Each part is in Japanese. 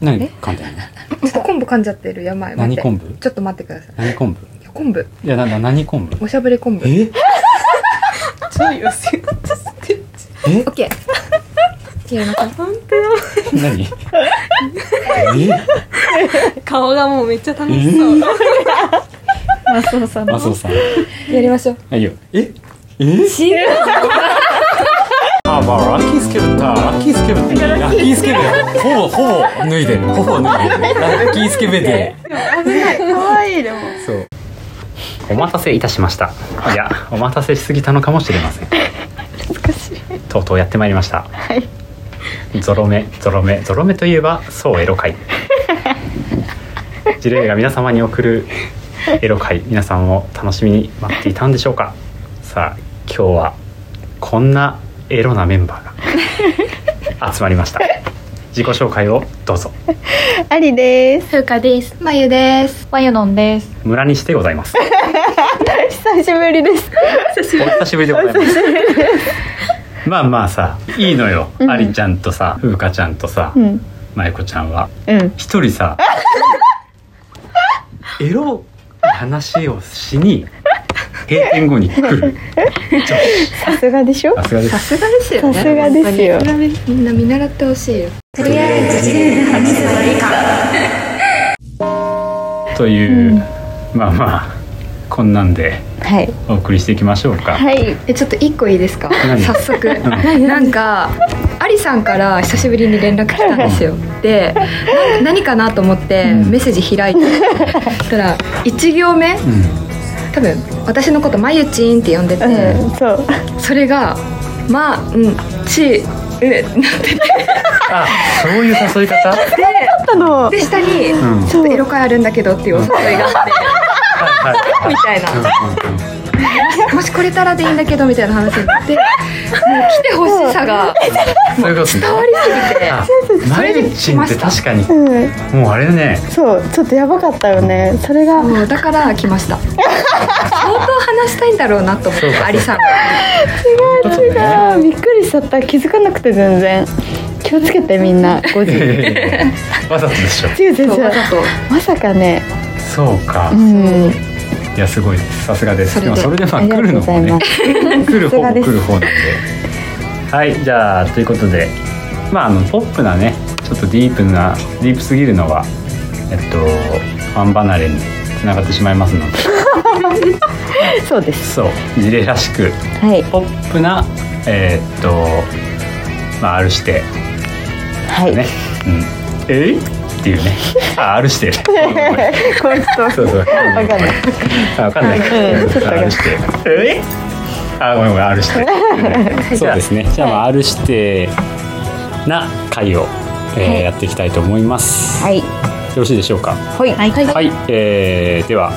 何噛んでんのちょっと昆布噛んじゃってるやばい待っ何て昆布ちょっと待ってください何昆布いや昆布いや、な、な、何昆布おしゃぶり昆布え超寄せ方すぎるえオッケー消えました本当よ何 え顔がもうめっちゃ楽しそう、マスオさんのマスオさん。やりましょうはいよ。ええ違うあ、まあ、ラッキースケベだ。ラッキースケベだ。ラッキースケベ だ。ほぼ、ほぼ脱いでる。ほぼ脱いでる。ラッキースケベで。可愛いでもそう。お待たせいたしました。いや、お待たせしすぎたのかもしれません。難しいとうとうやってまいりました。はいゾロ目ゾロ目ゾロ目といえばそうエロ会ジレイが皆様に送るエロ会皆さんも楽しみに待っていたんでしょうかさあ今日はこんなエロなメンバー が集まりました自己紹介をどうぞありですふうかですまゆですまゆのんです村西でござい ます久しぶりですお久しぶりでございますまあまあさいいのよ、うんありちゃんとさふうかちゃんとさ、うんまゆこちゃんはうん一人 さエロい話をしに閉店後に来 るさすがでしょさすがでさすすがですよさねすがですよ本当にみんな見習ってほしいよとりあえずという、まあまあこんなんではいお送りしていきましょうか、はいえちょっと一個いいですか何早速なんかありさんから久しぶりに連絡来たんですよでな何かなと思ってうんメッセージ開いてそしたら1行目うん、多分私のこと「まゆちん」って呼んでて、うんそうそれが「まうんちう」あそういう誘い方あので下にう「んちょっとエロ会あるんだけど」っていうお誘いがあってはいみたいなは「もしこれたらでいいんだけど」みたいな話になってもう来てほしさがいうんうんうんそういうことね伝わりすぎてあそマれでユチンって確かにうんもうあれねそうちょっとやばかったよねそれがもうだから来ました相当話したいんだろうなと思っそうかそうかてアリさんがそう違いうことねうびっくりしちゃった気づかなくて全然気をつけてみんな5時いやいやいやわざとでしょ違う違うそう違わうざとまさかねそうか、ういんやすごいですさすがですそれでもでそれでまああり来がとるうごのざもいねます来る方さもすが来でする方なんではいじゃあということでまああのポップなねちょっとディープなディープすぎるのはえっとファン離れにつながってしまいますのでそうですそう事例らしくはいポップなえっとまあ R してはい、ね、うん、えいっていうねあ R してこうちょっと そうそうわわかんないあわかんないうんちょっとわかんない R してえいあごめんごめん R してそうですね。じゃあ、まあ、あるしてな会を、えーやっていきたいと思います。はいよろしいでしょうか。はほいはいはいい、えーでは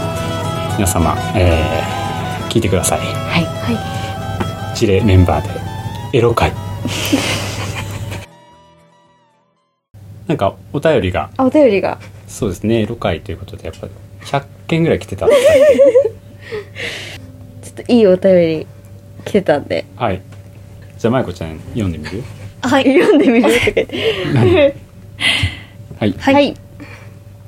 皆様、えー聞いてください。事例メンバーでエロ 会。なんかお便りがあお便りがそうですねエロ会ということでやっぱ100件ぐらい来てた。ちょっといいお便り来てたんではい。じゃあまいこちゃん読んでみる。はい読んでみるとか言って はい。はい、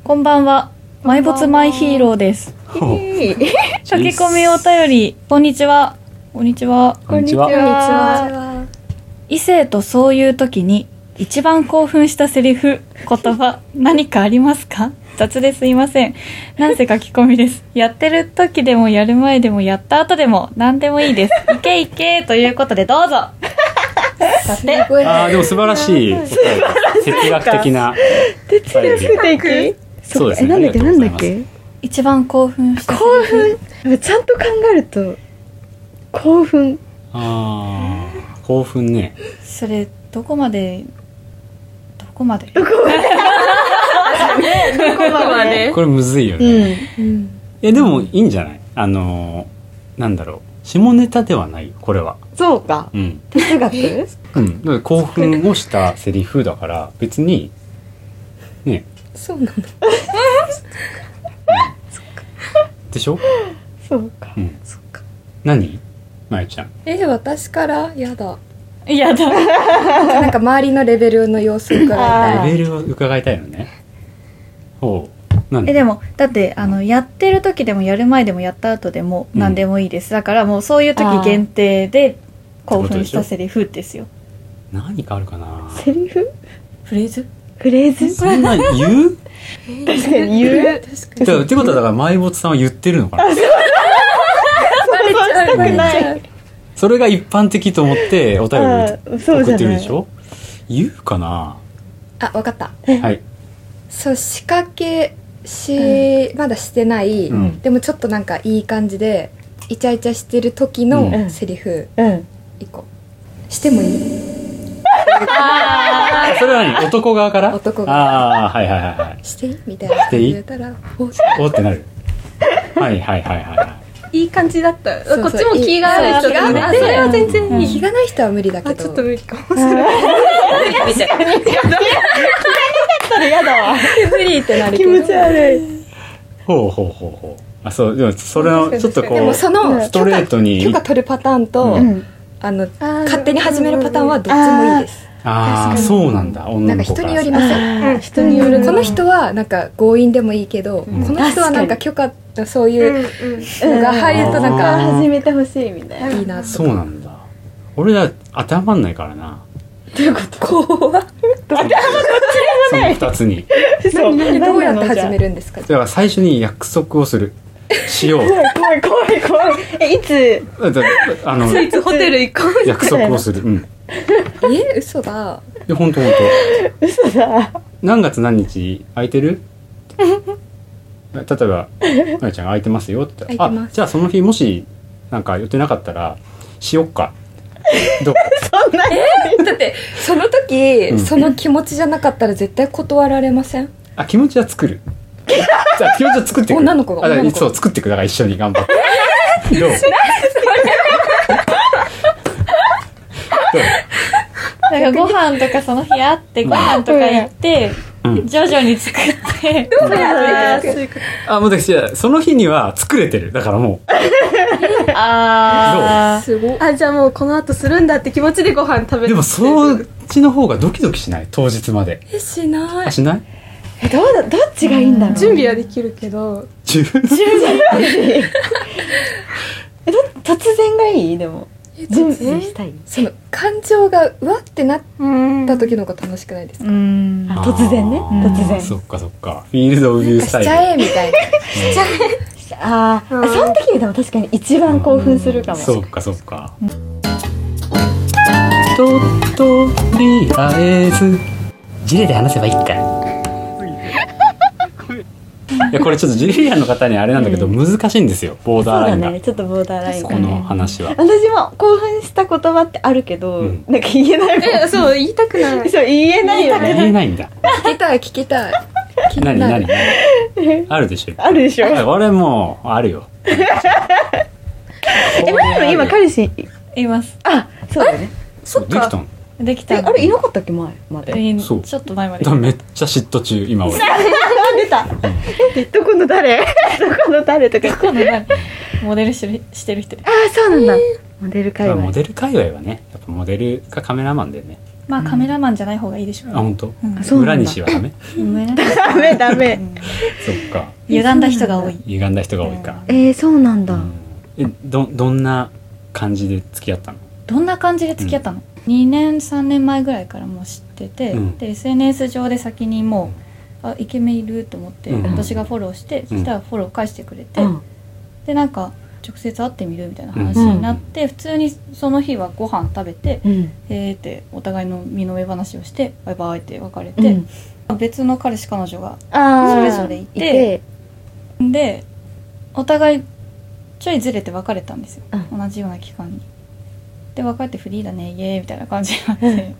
こんばんは。マイボツマイヒーローです。ほういい駆け込みお便り、こんにちは。こんにちは。こんにちはこん。にちは異性とそういう時に、一番興奮したセリフ、言葉、何かありますか雑ですいません。なんせ書き込みです。やってる時でもやる前でもやった後でも何でもいいです。いけいけということでどうぞだって、ごいああでも素晴らしい哲学的な哲素敵そうですえねなんだっけあなりんがだとうごっざいけ一番興奮したセ興奮ちゃんと考えると興奮ああ興奮ねリフ。それ、どこまで、どこまでどこまでこれむずいようね、んうんえでもいいんじゃないあのーなんだろう下ネタではないよこれはそうかうん、哲学うん、だから興奮をしたセリフだから別にねそうなのでしょ、そうかうん、そっか何まゆちゃんえ私からやだやだ。なんか周りのレベルの様子を伺いたいあーレベルを伺いたいのねほうなんえでもだってあのやってる時でもやる前でもやった後でもうん何でもいいです、だからもうそういあうー時限定で興ってことで奮ししょたセリフですよ何かあるかなセリフフレーズフレーズそんな言う確かに言う確かじゃあってことはだから埋没さんは言ってるのかなにバレちゃうそれが一般的と思ってお便りあーそうじ送ゃないってるでしょ言うかなあわかったはいそう仕掛けし、まだしてない、うんでもちょっとなんかいい感じでイチャイチャしてる時うのんセリフうん一個してもいいそれは何男側から男側ああーはいはいはいはいしていいみたいなしていい言えたらおおってなるはいはいはいはいはいいい感じだったそうそうこっちも気がある人だいい気がねああるそれは全然いい、日がない人は無理だけあどちょっと無理かもしれないみたいなそれやだわ無理ってなるけ気ど持ち悪いほうほうほうほうあそうでもそれのちょっとこでもうそのストレートに許可取るパターンと、ううんあのー勝手に始めるパターンはどっちもいいですああそうなんだ女なんのか子人からによりませんうん人によるこの人はなんか強引でもいいけど、んこの人はなんか許可そういううんうんのが入るとなんあかー始めてほしいみたいな。いいなとそうなんだ俺ら当てはまんないからな怖っその2つにそう何どうやって始めるるんですかだから最初に約束をするしよう 怖い怖い怖い怖い。え、いつだだあのいつホテル行こう約束をするうんえ嘘だで本当本嘘だ。当何月何日空いて る例えば「なやちゃん空いてますよ」って言った空いてらますじゃあその日もしなんか予定なかったらしよっ か」どうそんなだってその時、うんその気持ちじゃなかったら絶対断られませんあ気持ちは作 るじゃあ気持ちは作っていく女の子があだから女の子がそう作っていくだから一緒に頑張って どうどうなんかご飯とかその日あってご飯とか行ってうん徐々に作ってあもう私はその日には作れてるだからもうあすごいあじゃあもうこの後するんだって気持ちでご飯食べるでもそっちの方がドキドキしない当日までえしなあいしないえ、どうだ、どっちがいいんだろう。準備はできるけど十分え、ど、突然がいいでも。準備したい。その感情がうわってなっうんた時の方が楽しくないですーか、うんあ突然ねあー突 然そっかそっかフィールド・オブ・ビュースしタイちルゃえみたいなあーうあ、んその時にでも確かに一番興奮するかも。そっかそっかととりあえずジュレで話せばいいかいやこれちょっとジュリアンの方にあれなんだけど難しいんですよボーそダーラうイだンが、ね。ちょっとボーダーラインがこの話は私も興奮した言葉ってあるけど、うんなんか言えないもん。えそう言いたくな いそう、言えないよね。言えないんだ聞きたい聞きたい気何にな何る何あるでしょあるでしょ。え、俺もうあるよえマリも今彼氏、いますあ、そうだよね。そうできたのできえ、たあれいなかったっけ前まで。えそうちょっと前まだでからめっちゃ嫉妬中今俺あ出たえどこの誰 どこの誰とか今度何モデルしてるしてる人ああそうなんだ、モデル界だから隈モデル界隈はねやっぱモデルかカメラマンだよねまあカメラマンじゃない方がいいでしょあ本当、うんそうなんだ裏西はダ メダメダ うメんそっか歪んだ人が多い歪んだ人が多いか、えー、そうなんだ、うんえどどんな感じで付き合ったのどんな感じで付き合ったの、2年3年前ぐらいからもう知ってて、うんで SNS 上で先にもうあイケメンいると思って、うん私がフォローして、そしたらフォロー返してくれて、うんでなんか直接会ってみるみたいな話になって、普通にその日はご飯食べて、うんえーってお互いの身の上話をしてバイバイって別れうてん、別の彼氏彼女があそーれぞれいてでお互いちょいずれて別れたんですよ、う同じような期間にで別れてフリーだねイエーイみたいな感じになって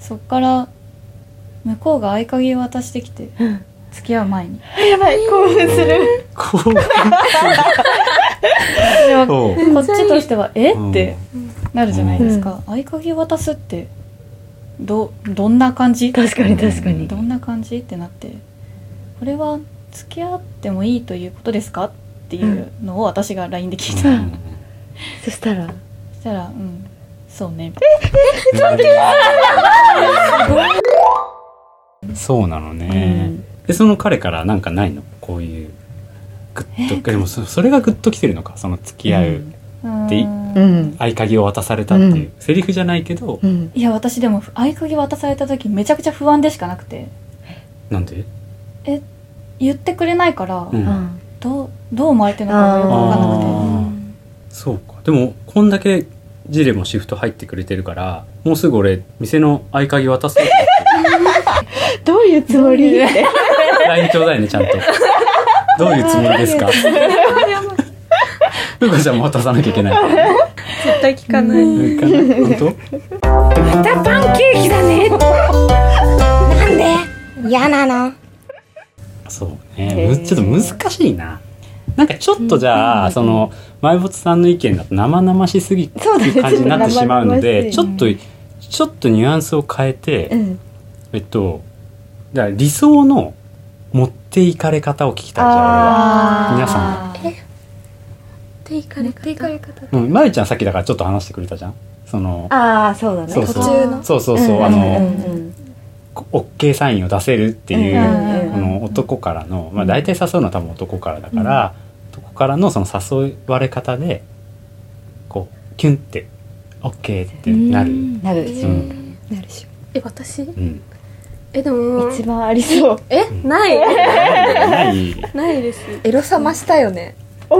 そっから向こうが合鍵を渡してきてうん付き合う前にあやばい興奮するこではこうっちとしては「えっ?」てなるじゃないですか、合鍵渡すってどどんな感じ確かに確かにどんな感じってなってこれは付き合ってもいいということですかっていうのを私が LINE で聞いたうんそしたらそしたら「うんそうねそうなのね、でその彼からなんかないのこういうグッと、でもそそれがグッときてるのかその付き合うでうんうん合鍵を渡されたっていう、セリフじゃないけど、うんいや私でも合鍵渡された時めちゃくちゃ不安でしかなくてなんで、言ってくれないから、うんうんどうどう思われてるのかあもよく分かんなくてーそうかでもこんだけジレもシフト入ってくれてるからもうすぐ俺店の合鍵渡そうと思っどういうつもりっててる LINE ちょうだいねちゃんとどういうつもりですかルカちゃんも渡さなきゃいけない絶対聞かない。ルカ本嫌なの当そうへねーむちょっと難しいななんかちょっとじゃあ、その埋没さんの意見だと生々しすぎるそうだね感じになってしまうのでちちょょっとちょっとニュアンスを変えて、うんえっとだから理想の持っていかれ方を聞きたいじゃあ俺は。あ皆さ持っていかれ方うん、まゆちゃんさっきだからちょっと話してくれたじゃんそのーあーそうだねそう途そう中のそうそうそう、あうんの、うんうんこ OK サインを出せるっていう、うんうんこの男からの、まあ、大体誘うのは多分男からだから、男からのその誘われ方でこうキュンって OK ってなる、うんなるう一んなるでしょえ、私え、でも、番ありそうえ、ない。ないないです。エロさ増したよねお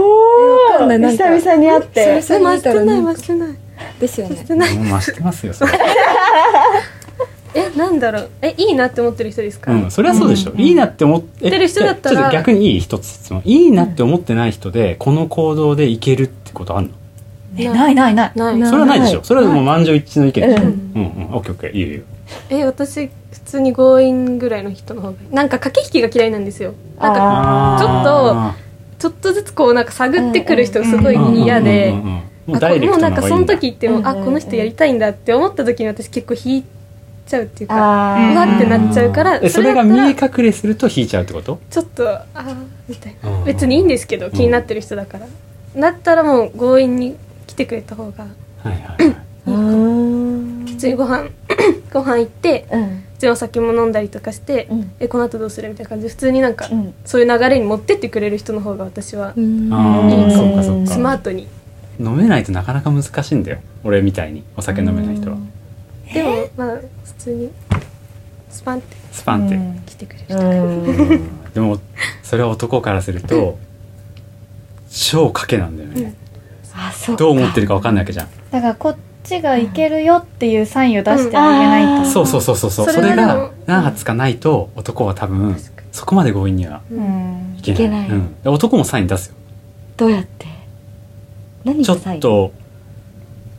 わかんないなん久か々に会っ久てえ、々に見増したらてない、ね増してない。ですよねもう増してますよそれ、え、なんだろう。え、いいなって思ってる人ですかうん、それはそうでしょ、いいなって思っってる人だったらちょっと逆にいい一つ質問いいなって思ってない人でこの行動でいけるってことあるのえないないないない。それはないでしょそれはもう満場一致の意見でしょ、う、うんうんうんオッケーオッケーいいよいいよえ、私、普通に強引ぐらいの人の方がいい。なんか駆け引きが嫌いなんですよ。なんか、ちょっとあちょっとずつこうなんか探ってくる人がすごいー嫌でうんうんうんうんもうあダイこレもクうトななんのかがいいそんのだ時ってもうんうんあうんこの人やりたいんだって思った時に私結構引いちゃうっていうかあうわってなっちゃうかうんらそれだがった見えら隠れすると引いちゃうってことちょっとあーみたいなうん別にいいんですけど気になってる人だからだったらもう強引に来てくれた方がはいはいはいーうん普通にご飯 ご飯行ってうん普通にお酒も飲んだりとかしてうんえこの後どうするみたいな感じで普通になんかうんそういう流れに持ってってくれる人の方が私はああそうかそうスマかートに飲めないとなかなか難しいんだよ俺みたいにお酒飲めない人はでもまあ普通にスパンってスパンって来てくれるうんでもそれは男からすると超賭けなんだよねあそうどう思ってるか分かんないわけじゃんだからこっちがいけるよっていうサインを出してあげないとそうそうそうそうそうそそれれはでもが何発かないと男は多分そこまで強引にはううんいけないいけないうん、で男もサイン出すよどうやって何ちょがっ最と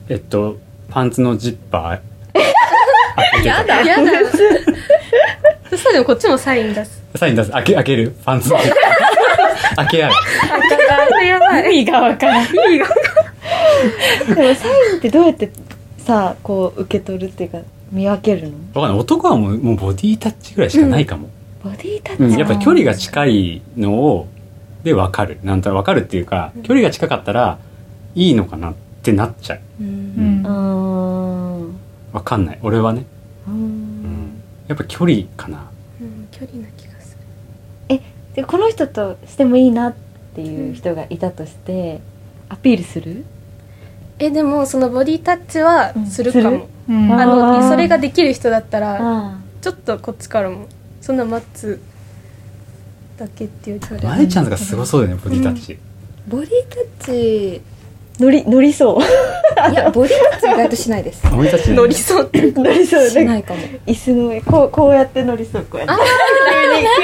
えっとパンツのジッパー開けてだやだ そしたらでもこっちもサイン出すサイン出す開け開けるパ ンツのジッパー開け合うやばい意味がわからんでもサインってどうやってさこう受け取るっていうか見分けるのわかんない男はもうもうボディタッチぐらいしかないかも、ボディタッチ、うんやっぱ距離が近いのをで分かるなんとなく分かるっていうか距離が近かったらいいのかなってなっちゃう、ううんんうんうん分かんない俺はね、うん、やっぱ距離かなうん距離な気がするでこの人としてもいいなっていう人がいたとしてアピールするえでもそのボディタッチはするかうも、んすうんああのーそれができる人だったらあちょっとこっちからもそんな待つだけっていうよりはまえちゃんとかすごそうだよねボディタッチ、ボディタッチ乗り乗りそうい やボディタッチ意外としないですボディタッチね乗りそうって乗りそうしなんかないかも椅子の上こうこうやって乗りそうこうやってア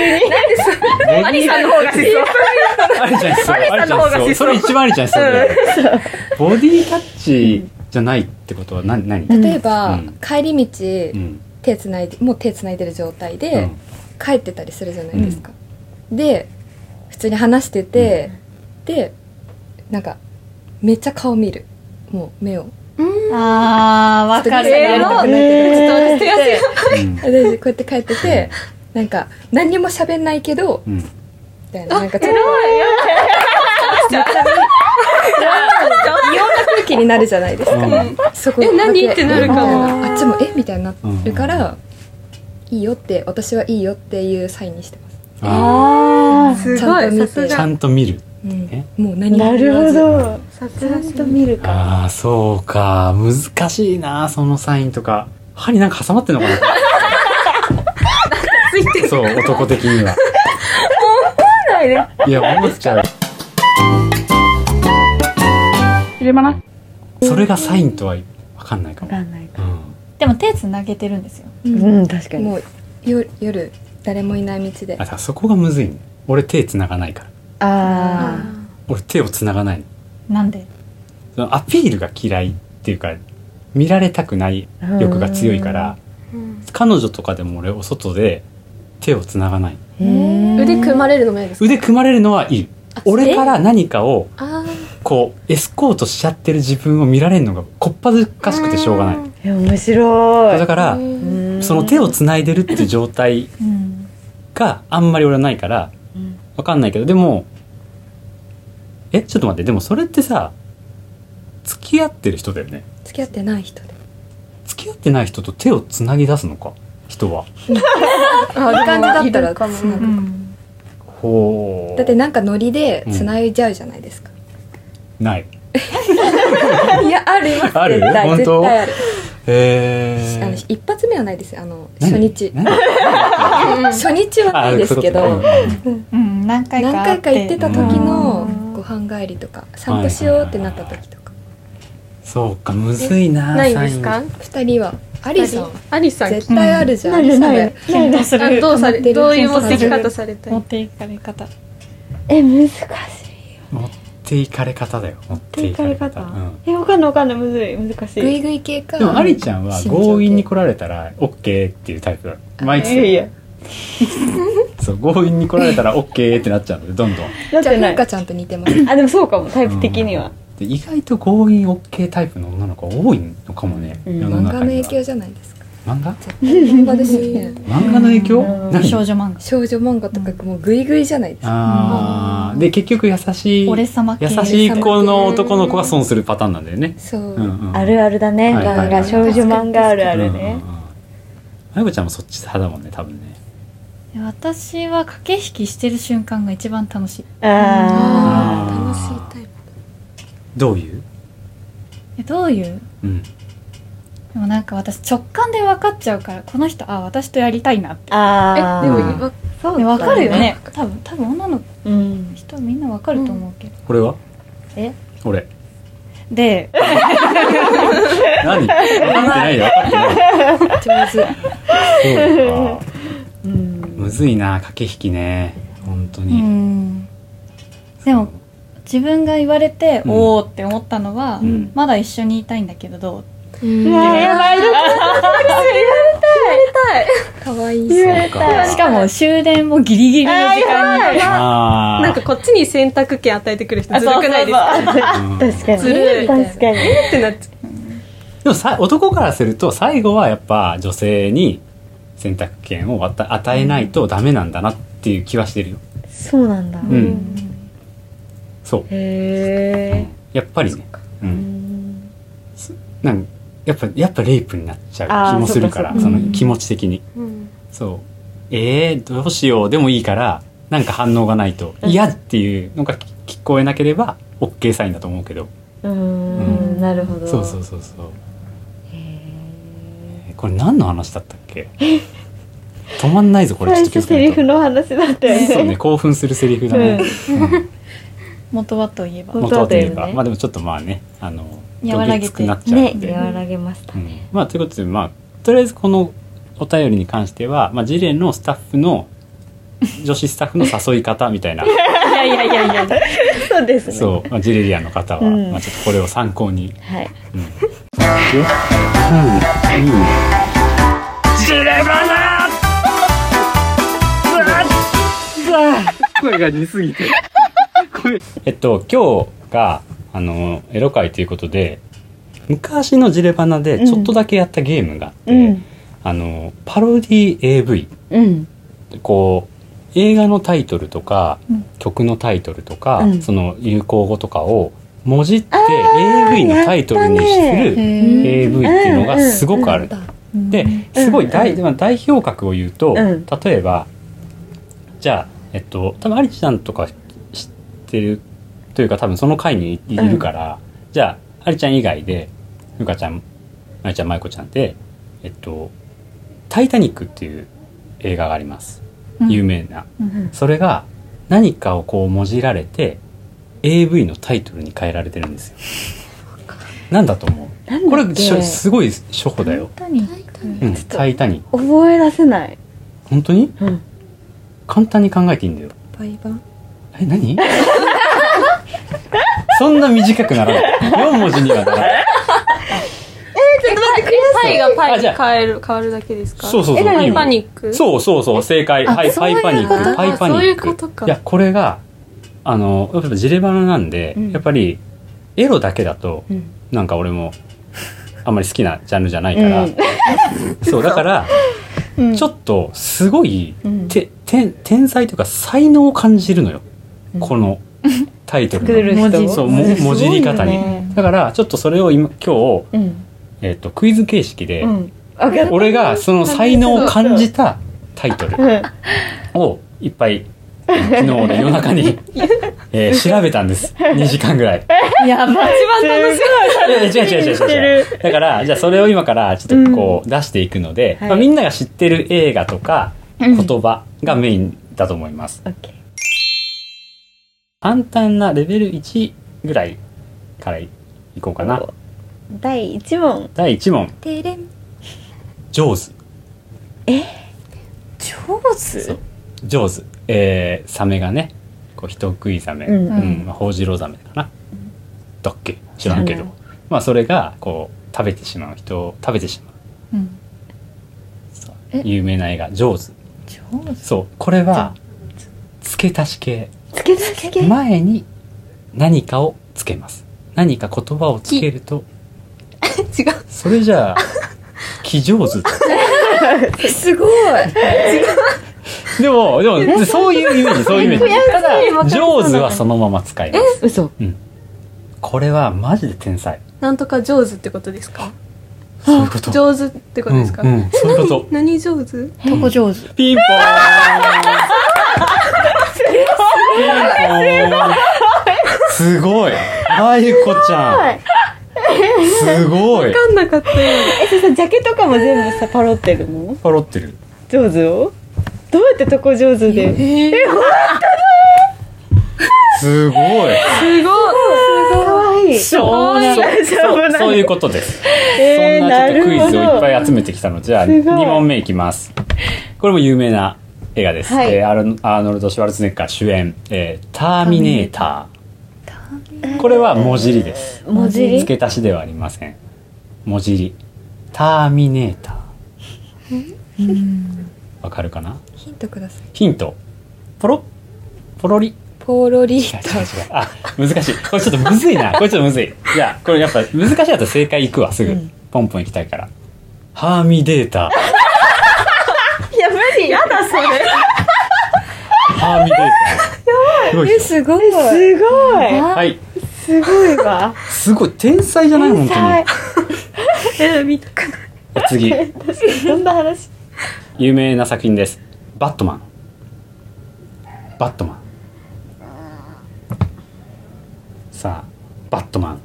リさんの方がしそう。アリちゃんしそう。アリちゃんしそう。それ一番アリちゃんしそうだよボディタッチじゃないってことは何何？ん例えば、うん帰り道、うん。手つないでもう手つないでる状態うで、ん帰ってたりするじゃないですか、で普通に話してて、でなんかめっちゃ顔見るもう目をあーわかるちょっと見よせてやりたくないけどえーでうんでこうやって帰っててなんか何にも喋んないけどうん。みたいななんかちょっと空気になるじゃないですか、うんそこえ何ってなるかもえみたいなあっちもえみたいになるから、いいよって私はいいよっていうサインにしてますああすちゃごんとい見てさすーちゃがんと見るうんね、もうあ何もなるほ言わどさすちゃがんと見るかああそうか難しいなそのサインとか歯になんか挟まってんのかついてなるそう男的には思わないでいや思っちゃう入れまなそれがサインとは分かんないか分も、かんないかうん、でも手つなげてるんですよずうんうん確かにもう夜夜誰もいない道であだそこがむずいね俺手繋がないからああ俺手を繋がないなんでそのアピールが嫌いっていうか見られたくない欲が強いからうん彼女とかでも俺お外で手を繋がない腕組まれれるのも嫌ですか腕組まれるのはいい俺から何かをあこうエスコートしちゃってる自分を見られるのがこっぱずかしくてしょうがないえ面白いだからうんその手を繋いでるっていう状態うんがあんまり俺はないからうんわかんないけどでもえちょっと待ってでもそれってさ付き合ってる人だよね付き合ってない人で付き合ってない人と手を繋ぎ出すのか人はあいい感じだったらかもつなうぐんほうだってなんかノリで繋いじゃうじゃないですか、ないいやありますある絶対本当絶対ある、へあのえ一発目はないですよあの何初日何初日はないですけあそういうどことうんうん何回か何会回か行ってた時のご飯帰りとか散歩しようってなった時とかそうかむずいなないんですか二人はアリさんアリさん絶対あるじゃん、ないな多い分ない検討すあるどうされ止まってるどういう持検査ってきされ方るされた持っいていかれ方え難しい持っていかれ方だよ持っ持ってていいかかれれ方方、うんえわかんないわかんないむずい難しいグイグイ系かでもアリちゃんは慎重系強引に来られたら OK っていうタイプだ毎いやい日やそう強引に来られたら OK ってなっちゃうのでどんどんなっじゃあてなふういかちゃんと似てますあでもそうかもタイプ的には、で意外と強引 OK タイプの女の子多いのかもね、うん世の漫画の中に影は響じゃないですか漫画絶対漫画ですよね漫画の影響うん何少女漫画少女漫画とかもうグイグイじゃないですかあーで結局優しい俺様系優しい子の男の子が損するパターンなんだよね、そう、うんうん、あるあるだね、はいはいはいなんか少女漫画あるあうるね、んうんうんまゆこちゃんもそっち派だもんね多分ね私は駆け引きしてる瞬間が一番楽しいああーあー楽しいタイどういう、えどういううん、でもなんか私直感で分かっちゃうからこの人あ私とやりたいなってーあープえでもうんわそうね分かるよだね多分多分女のうん人はみんな分かると思うけど、これはえ俺で何分かってないよ分かってない上手そうかうんむずいな駆け引きね本当うに、んでも自分が言われて、うんおおって思ったのは、うんまだ一緒にいたいんだけどどううわーやばいかわいいそしうかしかも終電もギリギリの時間にあーなんかこっちに選択権与えてくる人あずるくないですかそうそうそううん確かにずるいみたいな確かにえ ってなっちゃでもさ男からすると最後はやっぱ女性に選択権を与与えないとダメなんだなっていう気はしてるよそうなんだ、うんう。うんそう、うへんやっぱりねうえ、うんん、なんかやっぱやっぱレイプになっちゃあうー気もするからそそっかそっかの気持ち的にうんそうえー、どうしようでもいいからなんか反応がないとうん嫌っていうのがき聞こえなければ OK サインだと思うけどうーんなるほどそうそううそうそうへえこれ何の話だったっけ止まんないぞこえれ最ちょっと気をつ初けないセリとフの話だったよそうねね興奮するセリフだね、元はといえばうん、本元当ははとといいええばばまあでもちょっとまあねあの和らどげてぎつくなっちゃねうんで、和らげましたうんまあということでまあとりあえずこのお便りに関しては、まあ、ジレのスタッフ の女子スタッフの誘い方みたいないやいやいやいや そうですねそう、まあ、ジレリアンの方は、うんまあ、ちょっとこれを参考に、はいうん、でうんうんジレバナ声が似すぎて えっと今日があのエロ会ということで昔のジレバナでちょっとだけやったゲームがあって、うんあのパロディ AV うんこう映画のタイトルとか、うん曲のタイトルとか、うんその流行語とかを文字って AV のタイトルにする AV っていうのがすごくある。で、すごい代,、うんまあ、代表格を言うと、うん例えばじゃあえっと多分アリちゃんとか知ってるというか多分その回にいるから、じゃあアリちゃん以外でゆかちゃんまゆちゃんまゆこちゃんでえっと「タイタニック」っていう映画がありますうん有名な、うんそれが何かをこうもじられて AV のタイトルに変えられてるんですよ なんだと思うなんだっけこれしょすごい初歩だよタイタニッ「クうん、タイタニック覚え出せない。」本当にうん簡単に考えていいんだよ倍版え何 そんな短くならない4文字にはならないパイがパあイじゃにあ変える変わるだけですかそううそうそうパイいいパのニックうそうそうそう正解はいそうパいうイパニッことクパイパニックそういうことかやこれがあのやっぱジレバナなんで、うんやっぱりエロだけだとうんなんか俺もあんまり好きなジャンルじゃないから、うん そうだから、ちょっとすごいうんてて天才というか才能を感じるのよ、うんこのタイトルの作る文字人。そうも文字り方に、すごいよねだからちょっとそれを今今日、うん。えっとクイズ形式で、うん。わかった。俺がその才能を感じたタイトルうんをいっぱいえー昨日の夜中 に、えー調べたんです2時間ぐらいやばいいやいや違う違う違う違う違うだからじゃあそれを今からちょっとこう出していくので、はいまあ、みんなが知ってる映画とかう言ん葉がメインだと思います、オッケー簡単なレベル1ぐらいからいこうかな第一問。第1問てれん「ジョーズ上手」ジョーズえー、サメがねこう人食いザメ、うんうんまあホウジロザメかなだっけ知らんけ知らどないまあそれがこう食べてしまう人を食べてしまううんそうえ有名な映画「ジョーズ」上手そうこれは付け足し系つけたつけ。前に何かをつけます何か言葉をつけると違うそれじゃ あ「気上手」すごいでもでもそういうイメージそういうイメージただ上手はそのまま使います嘘。これはマジで天才なんとか上手ってことですかそういうこと上手ってことですか、うんうんそういうこと何上手とこ上手ピンポーンすごいまゆこちゃんすごい分かんなかったよえ、それさ、ジャケとかも全部さ、パロってるのパロってる上手をどうやってとこ上手で。えすごいす ごいかわいい。そう大丈夫なのそういうことですえそーんななちょるっとほクイどズをいっぱい集めてきたのじゃあすごい2問目いきますこれも有名な映画です、はいえーアルアーノルド・シュワルツェネッカー主演「えーターミネーター」これは文字りです文字り付け足しではありません文字り「ターミネーター」わかるかなヒントくださいヒントポロポロリポロ違リう違ーう違うあ難しいこれちょっとむずいなこれちょっとむずいじゃあこれやっぱ難しいだと正解いくわすぐ、ポンポンいきたいからハーミデータいや、無理。やだ、それ。ハーミデータすごいっえすよすごいすごい。はいすごいわ。すごい天才じゃない本当さにえ見たくない次あどんな話有名な作品ですバットマンバットマンさあバットマン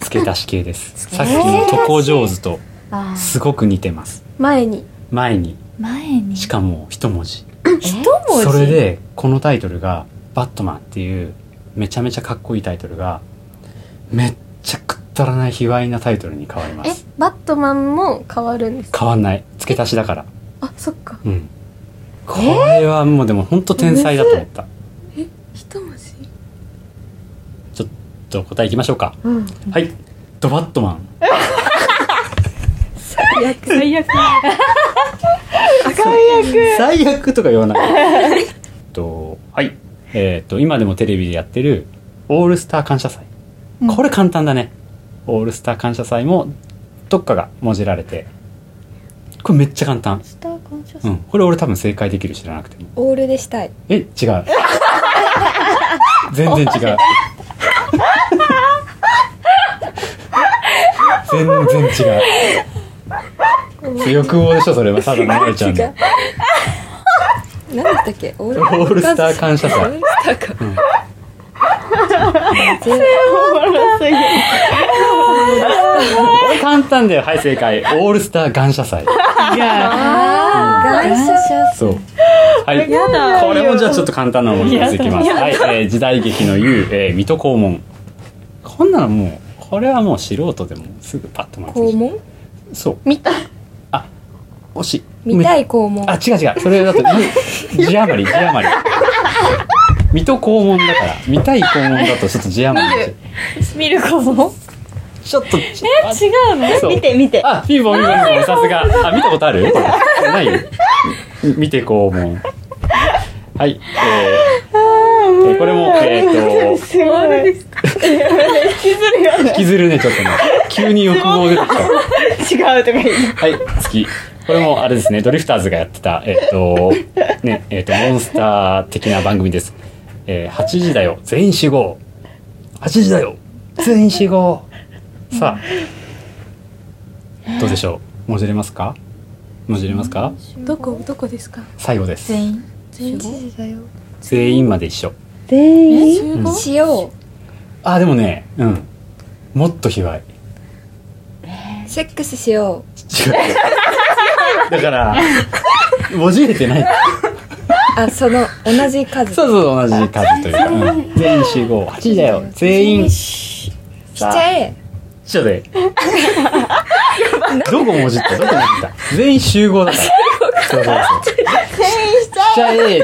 付け足し系ですさっきの渡航上手とあすごく似てます前に前に前にしかも一文字一文字それでこのタイトルが「バットマン」っていうめちゃめちゃかっこいいタイトルがめっちゃくったらない卑猥なタイトルに変わりまえすバットマンも変わるんですか変わんない付け足しだからあそっかうんこれはもうでも本当天才だと思った一文字ちょっと答えいきましょうかうん。はいドバットマン最 悪最悪とか言わないえっとはいえっと今でもテレビでやってる「オールスター感謝祭」うんこれ簡単だねオールスター感謝祭もどっかがもじられてこれめっちゃ簡単、スター感謝うん、これ俺多分正解できる知らなくてもオールでしたい え違う全然違う全然違う強く王でしょそれはただのありちゃんの何だったっけオーオールスター感謝オー祭ルスターかこれ簡単だよはい正解オールスター感謝祭あー感謝そうはいこれもじゃあちょっと簡単なものにしていきますはい、えー時代劇の言う、えー水戸黄門こんなのもうこれはもう素人でもすぐパッと回ってき肛て門そう見たあ惜しい見たい肛門あ、違う違う。それ だと、じ字余り、字余り。水戸黄門だから、見たい黄門だとちょっと字余りになっちゃ見る子もう。ちょっと、ちょえ違うのそう見て見てあ、ピンポン、ピンポンピンポン、さすが。あ、見たことあるないよ。み見て黄門。はい、えー、えーこれも、えっ、と、 すごい引きずるよ引きずるね、ちょっとね。急に欲望出てきた。違うとか言うはい、次。これもあれですね、ドリフターズがやってた、えっ、と、ね、えっ、と、モンスター的な番組です。えー、8時だよ、全員集合。8時だよ、全員集合。さあ、どうでしょう。もじれますかもじれますかどこどこですか最後です。全員全員全員まで一緒。全員集うん合しよあ、でもね、うん。もっと卑猥。うセックスしよ違う。だから、もじれてない。うあその同じ数そうそう、同じ数というか。うん全員集合。8時だよ。全員。ししちゃえちょ っと待ってどこもじったどこもじった全員集合だから。そうそうそう。全員しちゃえ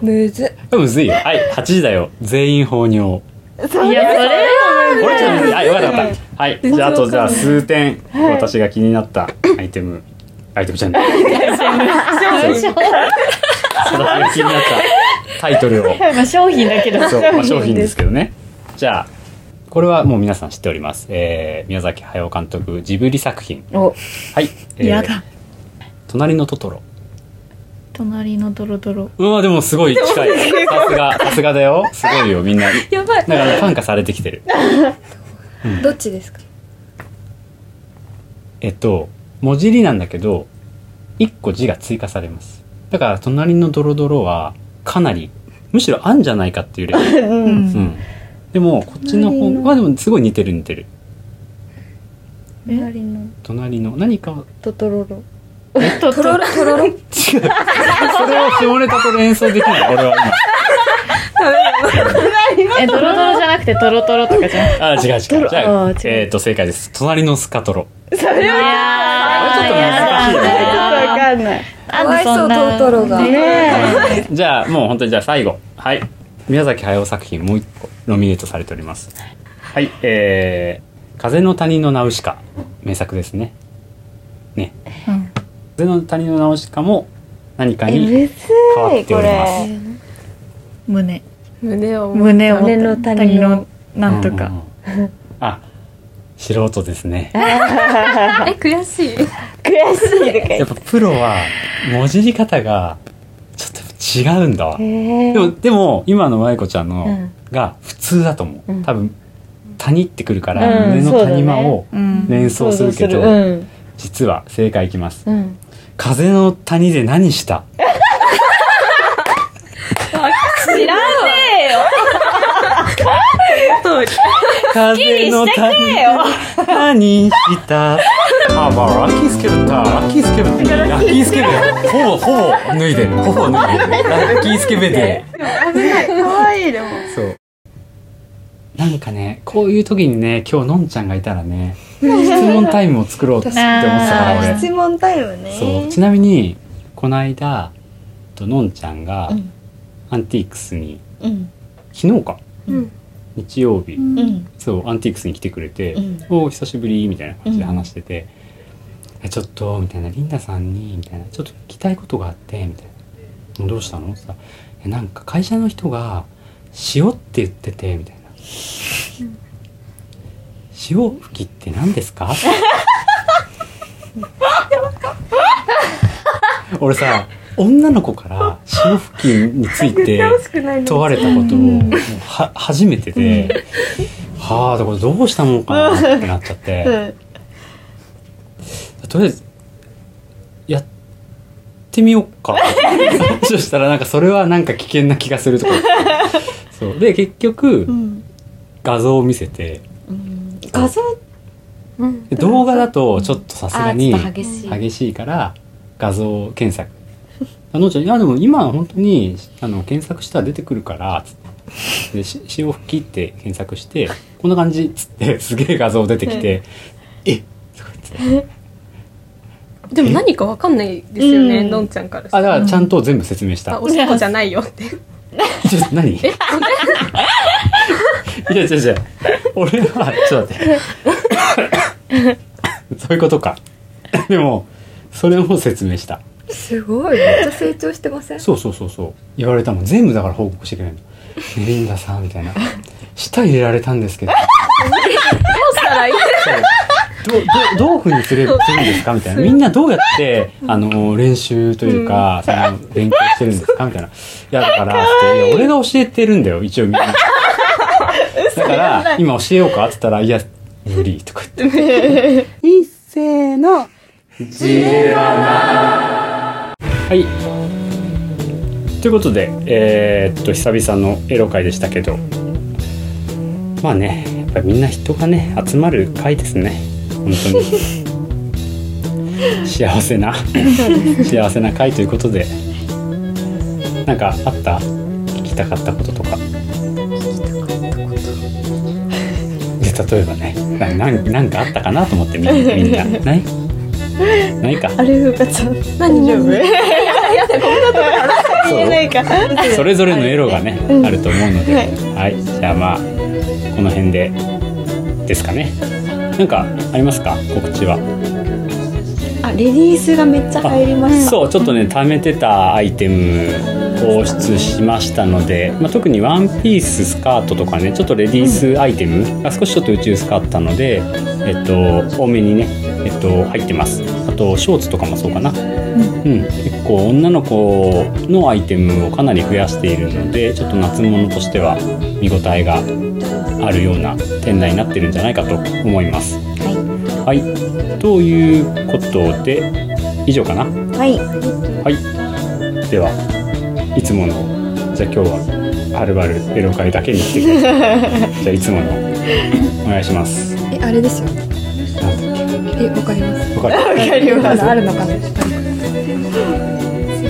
むず多分むずいよ。はい、8時だよ。全員放尿。いやそれこれちょっとむずい。はい、よかったよかった。はい、じゃあ、あとじゃあ数点、私が気になったアイテム。アイテムじゃない。私が気になったタイトルを。まあ商品だけどそう、まあ、商品ですけどね。じゃあ、これはもう皆さん知っております。えー、宮崎駿監督、ジブリ作品。おはい。えーやだ隣のトトロ。隣のドロドロうわ、でもすごい近い。さすが、さすがだよ。すごいよ、みんな。やばい。だから、感化されてきてる。どっちですかえっと、文字入りなんだけど、一個字が追加されます。だから、隣のドロドロは、かなり、むしろあんじゃないかっていうレ ベル。ううんんでも、こっちの方は、でも、すごい似てる似てる。隣の隣の、何かをトトロロトトロとろろ違う。それを下ネタと連想できない、俺はえドロドロじゃなくてトロトロとかじゃなくて今。あ、違う違う。じロゃああー違うえっ、と、正解です。隣のスカトロ。いやあれちょっと難しいねちょっとわかんないかわいそうトトロがね じゃあ、もう本当にじゃあ最後。はい。宮崎駿作品もう一個ノミネートされております。はい、えー、風の谷のナウシカ。名作ですね。ね。うん風の谷のナウシカも何かえにむず変わっいてこおりれます。胸胸を胸を胸の谷のなんとか、うんうんうん。あ、素人ですね。え悔しい 悔しいとかやっぱプロは文字り方がちょっと違うんだわ。言でもうでも今の舞子ちゃんの、うんが普通だと思う、うん多分谷ってくるから、うん胸の谷間をうん連想するけど、うん実は正解いきます、うん風の谷で何した知らんねえよ風の谷で何したあまあラッキースケベだラッキースケベラッキースケベほぼほぼ脱いでるほぼ脱いでるラッキースケベで危ない可愛いでもそうなんかねこういう時にね今日のんちゃんがいたらね質問タイムを作ろうって思ってたからあー俺質問タイムねそうちなみにこの間えっとのんちゃんがうんアンティークスにうん昨日かうん日曜日んうんそうアンティークスに来てくれてうん「おお久しぶり」みたいな感じで話してて「えちょっと」みたいな「リンダさんに」みたいな「ちょっと聞きたいことがあって」みたいな「どうしたの?」さえなんか会社の人が「塩」って言っててみたいな「塩吹きって何ですか? 」俺さ女の子から潮付近について欲しくないの問われたことをもうは初めてで、はあだからどうしたもんかなってなっちゃって、とりあえずやってみようか そしたらなんかそれはなんか危険な気がするとかそうで結局うん画像を見せてうん画像うんで動画だとちょっとさすがにあーちょっと激しい激しいから画像検索 あのちゃんいやでも今本当にあの検索したら出てくるからつってでし潮吹きって検索してこんな感じっつってすげえ画像出てきてえっとか言ってでも何かわかんないですようねんのんちゃんからしたあだらからちゃんと全部説明したあおしっこじゃない よってちょっと何い や違う違う俺はちょっと待 ってそういうことかでもそれも説明したすごいめっちゃ成長してませんそうそうそうそう言われたもん全部だから報告してくれ るの「メリンダさん」みたいな「舌入れられたんですけど」どうしたらいいどうどうどういうふうにすればするん ですかみたいなみんなどうやってあの練習というか、その勉強してるんですかみ たいな「いやだから」っていや俺が教えてるんだよ一応みん なだから「今教えようか?」っつったら「いや無理」とか言って「いっせーの」はいということでえーっと久々のエロ会でしたけどまあねやっぱりみんな人がね集まる会ですね本当に幸せな幸せな会ということでなんかあった聞きたかったこととかで例えばねななんなんかあったかなと思ってみんなみんなないないかあれふうかちゃん大丈夫そう言えないかそれぞれのエロがね、あると思うので、はい、じゃあまあこの辺でですかね。なんかありますか告知は？あレディースがめっちゃ入りましたそうちょっとね貯めてたアイテム放出しましたので、まあ、特にワンピーススカートとかねちょっとレディースアイテムが少しちょっと宇宙薄かったので、えっと、多めにね、えっと、入ってますあとショーツとかもそうかな、うん結構女の子のアイテムをかなり増やしているのでちょっと夏物としては見応えがあるような店内になってるんじゃないかと思います。はい、ということで以上かな。はいはい。では、いつもの、じゃあ今日は、はるばるエロ会だけにしてくださ い。じゃあいつもの、お願いし ます。えあれですよなんだっえわかりますけわかるわかりまだあるのかな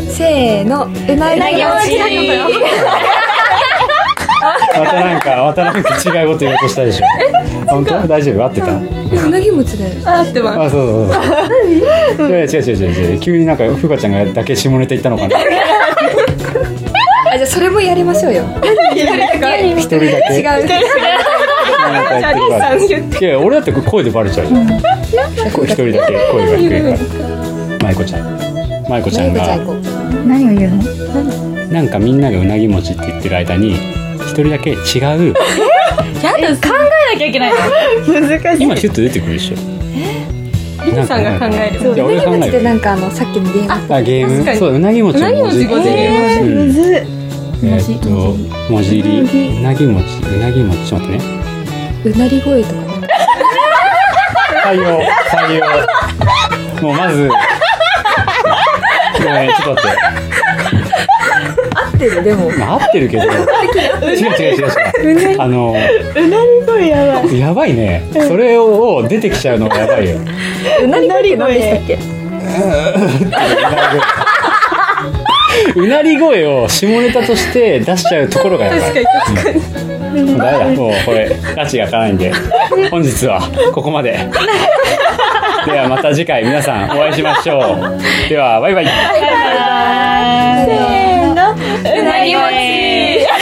せーのうなぎ落ちまたなんか、またなんか違うこと言おうとしたで しょ。本当大丈夫合ってたうなぎ餅で あってますあ、そうそうそう。いやいや違う違う違う違う。急になんか、ふかちゃんがだけ下ネタ言ったのかな。あじゃあそれもやりましょうよ一人だけ。違うなんかやってるかさらん言っていや、俺だって声でバレちゃうじゃん。 一人だけ声が低い から。まいこちゃん。まいこちゃめいんこちがゃん。行こう何を言うのなんかみんながうなぎ餅って言ってる間に一人だけ違うなきゃいけない難しい今シュッと出てくるでしょリンさんが考えるじゃあう俺な考ぎ餅えでるなんかあのさっきのゲームあゲー確かムにそううなぎ餅うなぎ餅文字えうむんずっえーっと文字入りうなぎ餅うなぎ餅ちょっと待ってねうなり声とかな採んか用採用もうまずごめんちょっと待って合ってるでもまあ合ってるけど違う違う違う違うあのうなり声やばいやばいねそれを出てきちゃうのがやばいようなり声って何でしたっけうなり声を下ネタとして出しちゃうところがやばい確かに確かにもうダメだもうこれ拉致が開かないんで本日はここまでではまた次回皆さんお会いしましょうではバイバイうなぎ餅